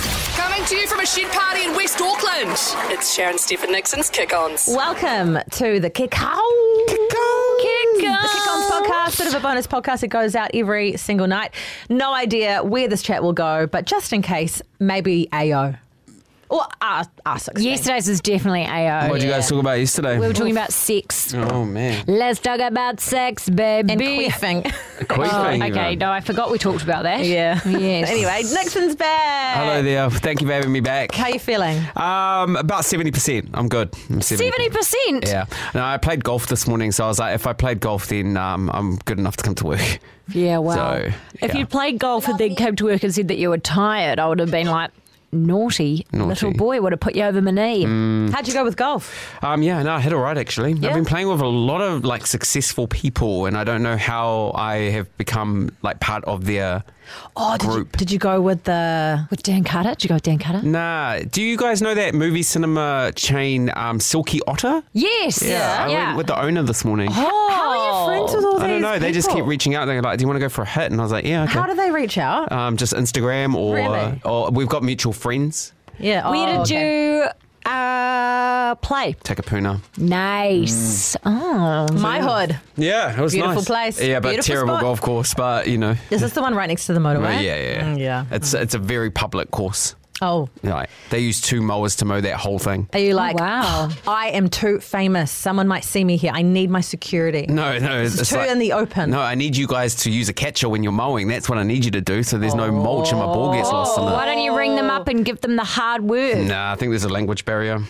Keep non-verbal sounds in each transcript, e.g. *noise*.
coming to you from a shed party in West Auckland. It's Sharon Stephen Nixon's Kick Ons. Welcome to the Kick How. The Kick Ons podcast, bit of a bonus podcast. It goes out every single night. No idea where this chat will go, but just in case, maybe AO or R R6. Yesterday's was definitely AO. What did you guys talk about yesterday? We were talking about sex. oh man, Let's talk about sex, baby. and queefing. Queen Oh, thing, okay, man. no, I forgot we talked about *laughs* that. yeah. *laughs* Yes. Anyway, Nixon's back. Hello there. Thank you for having me back. How you feeling? Um, about seventy percent. I'm good. I'm 70%. Seventy percent. Yeah. No, I played golf this morning, so I was like, if I played golf, then um, I'm good enough to come to work. *laughs* Yeah. Wow. So, If yeah. you played golf and then came to work and said that you were tired, I would have been like, naughty, little Naughty. Mm. boy would have put you over my knee. How'd you go with golf? Um, yeah, no, I hit all right actually. Yeah? I've been playing with a lot of like successful people, and I don't know how I have become like part of their. Oh, did you, Group. did you go with the? With Dan Carter, did you go with Dan Carter? Nah, do you guys know that movie cinema chain um, Silky Otter? Yes. I went with the owner this morning. Oh, how are you friends with all I these don't know. They just keep people? reaching out. They're like, "Do you want to go for a hit?" And I was like, "Yeah, okay." How do they reach out? um, just Instagram or uh, Really? or we've got mutual friends. yeah. Where oh, did okay. you uh, play? Takapuna. Nice. Mm. Oh. My hood. Yeah, it was Beautiful nice. place, Yeah, but beautiful terrible spot. golf course. But you know, Is this the one right next to the motorway? but yeah, yeah, Mm, yeah. It's it's a very public course. Oh, Like they use two mowers to mow that whole thing. are you like? "Oh, wow. I am too famous. Someone might see me here. I need my security. No, no, it's, two in the open. No, I need you guys to use a catcher when you're mowing. That's what I need you to do. So there's no mulch and my ball gets lost in Oh, Oh. Why the. don't you ring them up and give them the hard word? Nah, I think there's a language barrier.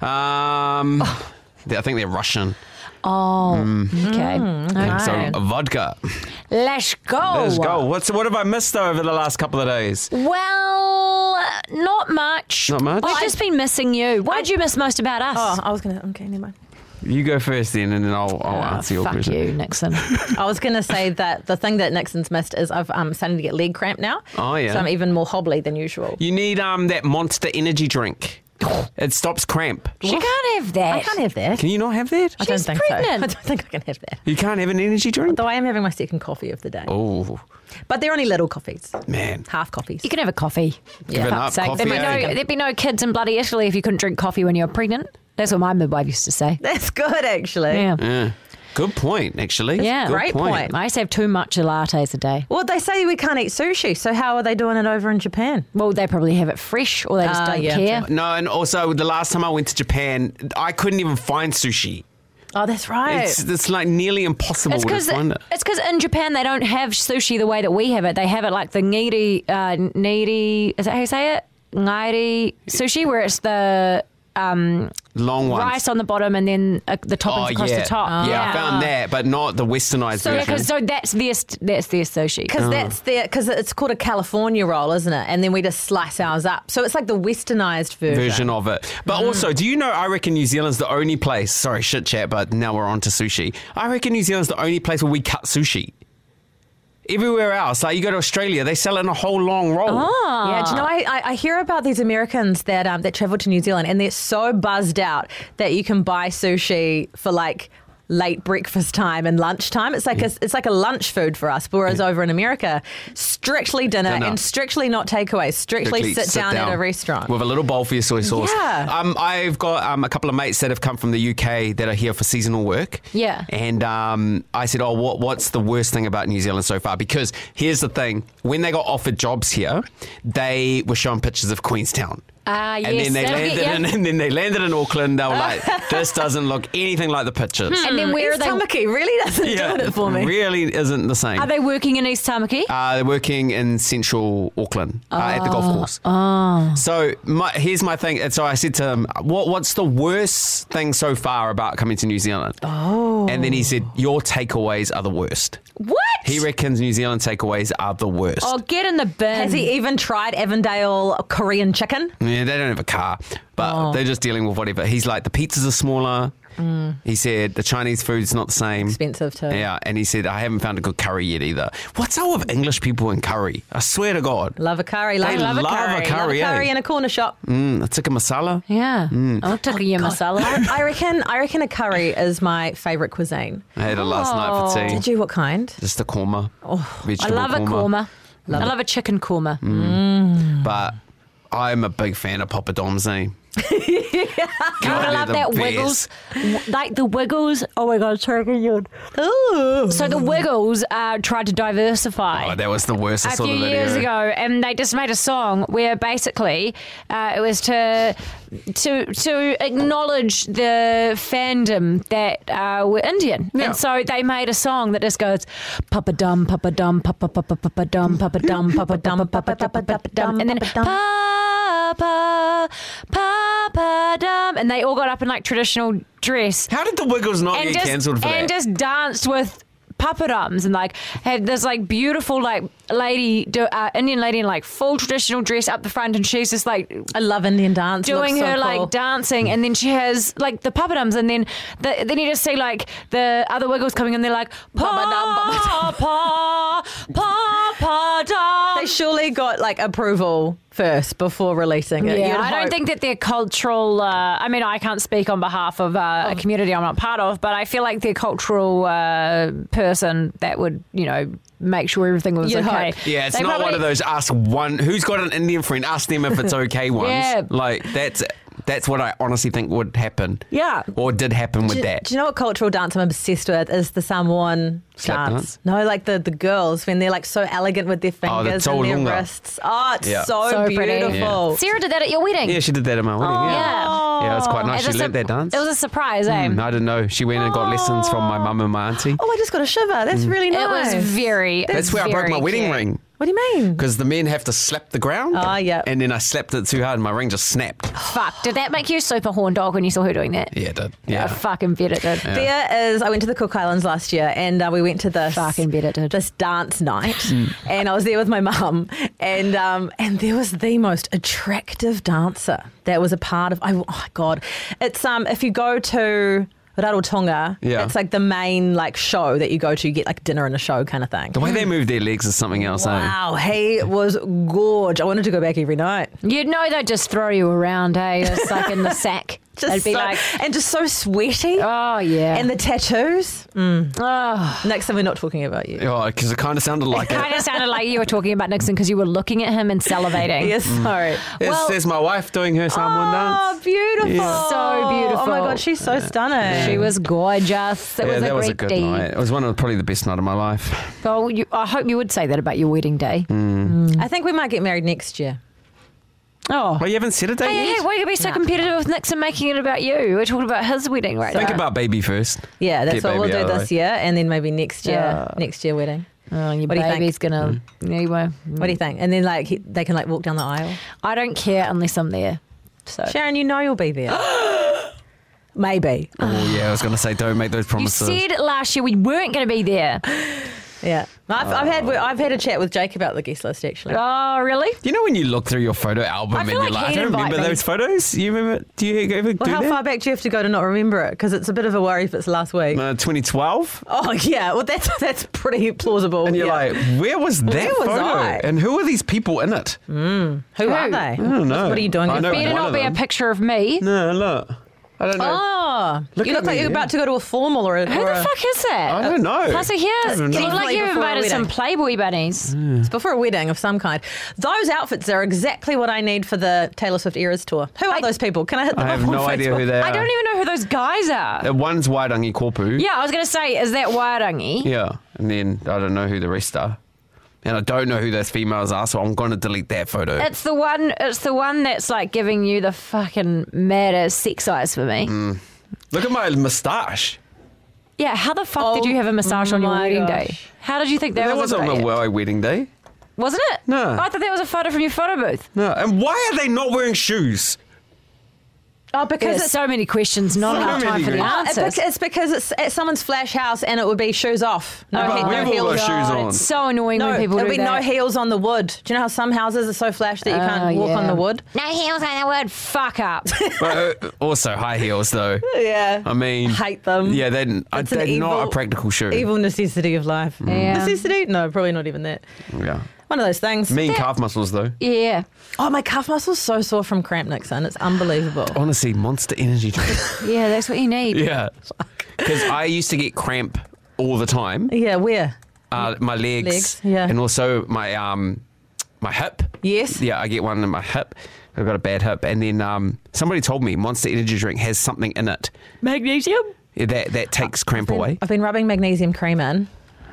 Um, Oh. they- I think they're Russian. Oh, Mm-hmm. okay. Hmm, Yeah, Okay. So vodka. Let's go. Let's go. What's what have I missed though over the last couple of days? Well, not much. Not much? We've Oh, I- just been missing you. What did you miss most about us? Oh, I was gonna. Okay, never mind. You go first then, and then I'll, I'll uh, Ah, answer your fuck question. you, *laughs* Nixon. I was gonna say that the thing that Nixon's missed is I've um starting to get leg cramp now. Oh, yeah. So I'm even more hobbly than usual. You need um that Monster *sighs* energy drink. It stops cramp. she can't have that. I can't have that. Can you not have that? I don't She's think pregnant. so. *laughs* I don't think I can have that. You can't have an energy drink. Though I am having my second coffee of the day. Oh But they're only little coffees, man. half coffees. You can have a coffee. Give it up, Fuck's sake. coffee, there'd, be eh? no, there'd be no kids in bloody Italy if you couldn't drink coffee when you were pregnant. That's what my midwife used to say. *laughs* That's good, actually. Yeah. Yeah. Good point, actually. Yeah. Good Great point. I used to have two matcha lattes a day. Well, they say we can't eat sushi, so how are they doing it over in Japan? Well, they probably have it fresh or they just Ah, don't yeah. care. No, and also the last time I went to Japan, I couldn't even find sushi. Oh, that's right. It's it's like nearly impossible It's to because find it. it's because in Japan they don't have sushi the way that we have it. They have it like the niri uh, niri. Is that how you say it? Niri sushi, where it's the um, Long ones. rice on the bottom and then uh, the toppings oh, across yeah. the top. Yeah, I found that, but not the Uh, westernized So yeah, version. 'cause- so that's their st- that's their sushi. Because Oh. that's the because it's called a California roll, isn't it? And then we just slice ours up, so it's like the westernized version. version of it. Hmm. But also, do you know? I reckon New Zealand's the only place. Sorry, shit chat, but now we're on to sushi. I reckon New Zealand's the only place where we cut sushi. Everywhere else, like you go to Australia, they sell it in a whole long roll. Oh. Yeah, do you know? I, I, I hear about these Americans that um, that travel to New Zealand and they're so buzzed out that you can buy sushi for like late breakfast time and lunchtime. It's like a, it's like a lunch food for us. Whereas over in America, strictly dinner, Dinner. and strictly not takeaway, strictly, sit, down, at a restaurant. with a little bowl for your soy sauce. Yeah. Um, I've got um, a couple of mates that have come from the UK that are here for seasonal work. Yeah. And um, I said, "Oh, what, what's the worst thing about New Zealand so far?" Because here's the thing: when they got offered jobs here, they were shown pictures of Queenstown. Ah, and yes, then they that'll landed get in, *laughs* ya. and then they landed in Auckland. They were like, "This doesn't look anything like the pictures." *laughs* and then where are East they? Tamaki really doesn't Yeah, do it for me. really isn't the same. Are they working in East Tamaki? Uh, they're working in central Auckland uh, at the golf course. So my, here's my thing. And so I said to him, what, What's the worst thing so far about coming to New Zealand? Oh. And then he said, Your takeaways are the worst. what? He reckons New Zealand takeaways are the worst. oh, get in the bin. Has he even tried Avondale Korean chicken? Yeah, they don't have a car, but Oh. they're just dealing with whatever. He's like, The pizzas are smaller. Mm. He said, The Chinese food's not the same. Expensive too. Yeah, and he said, I haven't found a good curry yet either. What's up with English people and curry? I swear to God. Love a curry. Love, They love a love a curry. curry, love a eh? curry in a corner shop. Mm, tikka masala. yeah. mm. Oh, I'll take a yam masala. I reckon. I reckon a curry is my favourite cuisine. I had it last Oh, night for tea. Did you? What kind? Just the korma. Oh, I love a korma. I love a chicken korma. But I'm a big fan of Papa Dom's eh? name. You would they're love the that best. Wiggles, W- like the Wiggles. Oh my God, sorry, yawn. So the Wiggles uh, tried to diversify. Oh, that was the worst. I a saw the few video. years ago, and they just made a song where basically uh, it was to to to acknowledge the fandom that uh, were Indian, Yeah. and so they made a song that just goes "Papa Dum, Papa Dum, Papa Papa Papa Dum, Papa Dum, Papa Dum, Papa Dum, Papa Dum," and then Papa Papa Dum, and they all got up in like traditional dress How did the Wiggles not get cancelled for and that? just danced with papadums and like had this like beautiful like lady do- uh, Indian lady in like full traditional dress up the front and she's just like I love Indian dance. It doing looks so her cool. like dancing and then she has like the papadums and then the, then you just see like the other wiggles coming and they're like Papadum, pa pa pa *laughs* They pa surely got like approval first before releasing it. yeah, You'd I don't hope. think that their cultural. Uh, I mean, I can't speak on behalf of uh, Oh. a community I'm not part of, but I feel like their cultural uh, person that would, you know, make sure everything was You'd okay. hope. yeah, it's They not one probably- of those ask one who's got an Indian friend, ask them if it's okay ones. Yeah. Like that's that's what I honestly think would happen. Yeah. Or did happen with Do, that. do you know what cultural dance I'm obsessed with is the Samoan Slap dance? No, like the, the girls when they're like so elegant with their Oh, the fingers and their Tsolunga. wrists. Oh, it's Yeah. so, So pretty. beautiful. Yeah. Sarah did that at your wedding. yeah, she did that in my wedding. Yeah. Yeah. Yeah, it was quite As nice. a She sup- led that dance. It was a surprise, eh? Mm, I didn't know. She went and got lessons from my mum and my auntie. Oh, I just got a shiver. That's Mm. really It nice. was very. That's where I broke very my wedding cute. ring. What do you mean? Because the men have to slap the ground. Ah, yeah. And then I slapped it too hard and my ring just snapped. Fuck! Did that make you super horn dog when you saw her doing that? Yeah, it did. I Yeah. fucking bet it did. There is. I went to the Cook Islands last year, and uh, we went to this Fucking bet it did. this dance night, Mm. and I was there with my mum, and um, and there was the most attractive dancer that was a part of. I, oh my god, it's um if you go to Rarotonga, Yeah. it's like the main like show that you go to. You get like dinner and a show kind of thing. The way they move their legs is something else, eh? Wow, he was gorge. I wanted to go back every night. You'd know they'd just throw you around, eh? Just like in the *laughs* sack. they'd be so, like, and just so sweaty. oh yeah, And the tattoos. oh. Next time we're not talking about you. Oh, because it kind of sounded like it. kind of sounded like you were talking about Nixon because you were looking at him and salivating. Yes, sorry. There's, Well- there's my wife doing her Samoan Oh, dance. beautiful. Yeah. So Oh my beautiful. god, she's so stunning. She was gorgeous. It yeah, was a that was a great good day. night. It was one of probably the best night of my life. Oh, you, I hope you would say that about your wedding day. Mm. I think we might get married next year. Oh. Well, you haven't said a date Hey, yet? hey, why are you going to be so competitive with Nixon making it about you? We're talking about his wedding right Think now. about baby first. Yeah, that's Get what baby we'll out do of the this way. year, and then maybe next year, Yeah. next year wedding. Oh, your What do you think? baby's going to. Mm. Anyway, What do you think? And then like he, they can like walk down the aisle. I don't care unless I'm there. So. Sharon, you know you'll be there. maybe. Oh, yeah, I was going to say, don't make those You promises. said last year we weren't going to be there. Yeah, I've, I've had I've had a chat with Jake about the guest list actually. Oh, really? you know when you look through your photo album I and feel you're like like, I he'd don't invite remember me." those photos? You remember? Do you ever Well, do how that? far back do you have to go to not remember it? Because it's a bit of a worry if it's last week. Uh, 2012? Oh *laughs* yeah, well that's that's pretty plausible. And you're Yeah. like, where was that Where was photo? I? And who are these people in it? who are Who? they? I don't know. What are you doing? I with know them? Better One not of be a them. picture of me. No, look. I don't know. Oh, Look you at look like me, you're yeah. about to go to a formal or a. Who or the a- fuck is that? I don't know. Plus, he I has. don't You know. look like Definitely you've before our invited some wedding. Playboy bunnies. It's before a wedding of some kind. Those outfits are exactly what I need for the Taylor Swift Eras tour. Who are I- those people? Can I hit them I have up on no idea who Facebook? they are. I don't even know who those guys are. Uh, One's Wairangi Korpu. Oh. Yeah, I was going to say, is that Wairangi? Yeah. And then I don't know who the rest are. And I don't know who those females are, so I'm going to delete that photo. It's the one. It's the one that's like giving you the fucking maddest sex eyes for me. Mm. Look at my moustache. Yeah, how the fuck did Oh you have a moustache on your my wedding gosh. day? How did you think that, That was? a wasn't good my idea? my wedding day. Wasn't it? No. I thought that was a photo from your photo booth. No. And why are they not wearing shoes? Oh, because There's it's. so many questions, not So enough many time for the questions. Oh, it's answers. bec- it's because it's at someone's flash house and it would be shoes off. No, Oh, but he- we've no all heels. got shoes God, on. It's so annoying No, when people there'll do be no that. heels on the wood. Do you know how some houses are so flash that you can't Oh, walk on yeah. the wood? No heels on the word. Fuck up. *laughs* but uh, also high heels, though. Yeah. I mean, Hate them. Yeah, they're, n- uh, It's an they're not a evil- practical shoe. Evil necessity of life. Mm. Yeah. Necessity? No, probably not even that. Yeah. One of those things. Mean calf muscles, though. yeah. Oh, my cuff muscle's so sore from cramp, Nixon. It's unbelievable. Honestly, monster energy drink. *laughs* Yeah, that's what you need. yeah. Because I used to get cramp all the time. Yeah, where? Uh, my legs, Legs, yeah. and also my um, my hip. Yes. Yeah, I get one in my hip. I've got a bad hip, and then um, somebody told me Monster Energy drink has something in it Magnesium? that that takes cramp away. I've been rubbing magnesium cream in.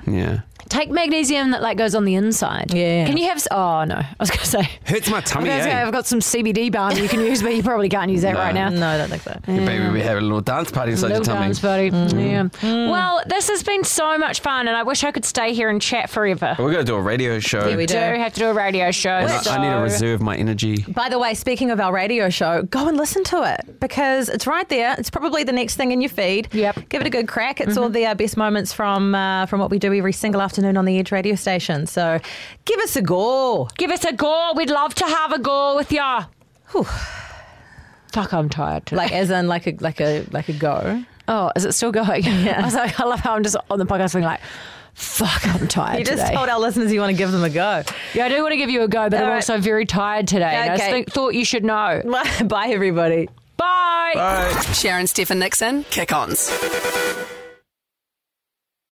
Yeah, Take magnesium that like goes on the inside. Yeah. Can you have? s- Oh no, *laughs* I was gonna say. hurts my I was tummy. gonna say, eh? I've got some CBD balm you can use, but you probably can't use that No. right now. No, I don't think so. Yeah, Baby, we have a little dance party inside your Mm. Little tummy. dance buddy. Yeah. Well, this has been so much fun, and I wish I could stay here and chat forever. We're gonna do a radio show. we do do. have to do a radio show. and Oh, I, so- I need to reserve my energy. By the way, speaking of our radio show, go and listen to it because it's right there. It's probably the next thing in your feed. Yep. Give it a good crack. It's all the uh, best moments from uh, from what we do every single afternoon on the Edge radio station. So give us a go. Give us a go. We'd love to have a go with ya. Fuck, I'm tired. today. Like as in like a like a like a go. oh, is it still going? *laughs* I was like, I love how I'm just on the podcast being like, fuck, I'm tired You just today. told our listeners you want to give them a go. yeah, I do want to give you a go, but I'm All right. also very tired today. and I just Okay. think, thought you should know. *laughs* Bye everybody. Bye. Bye. Sharon Stephen Nixon, kick ons.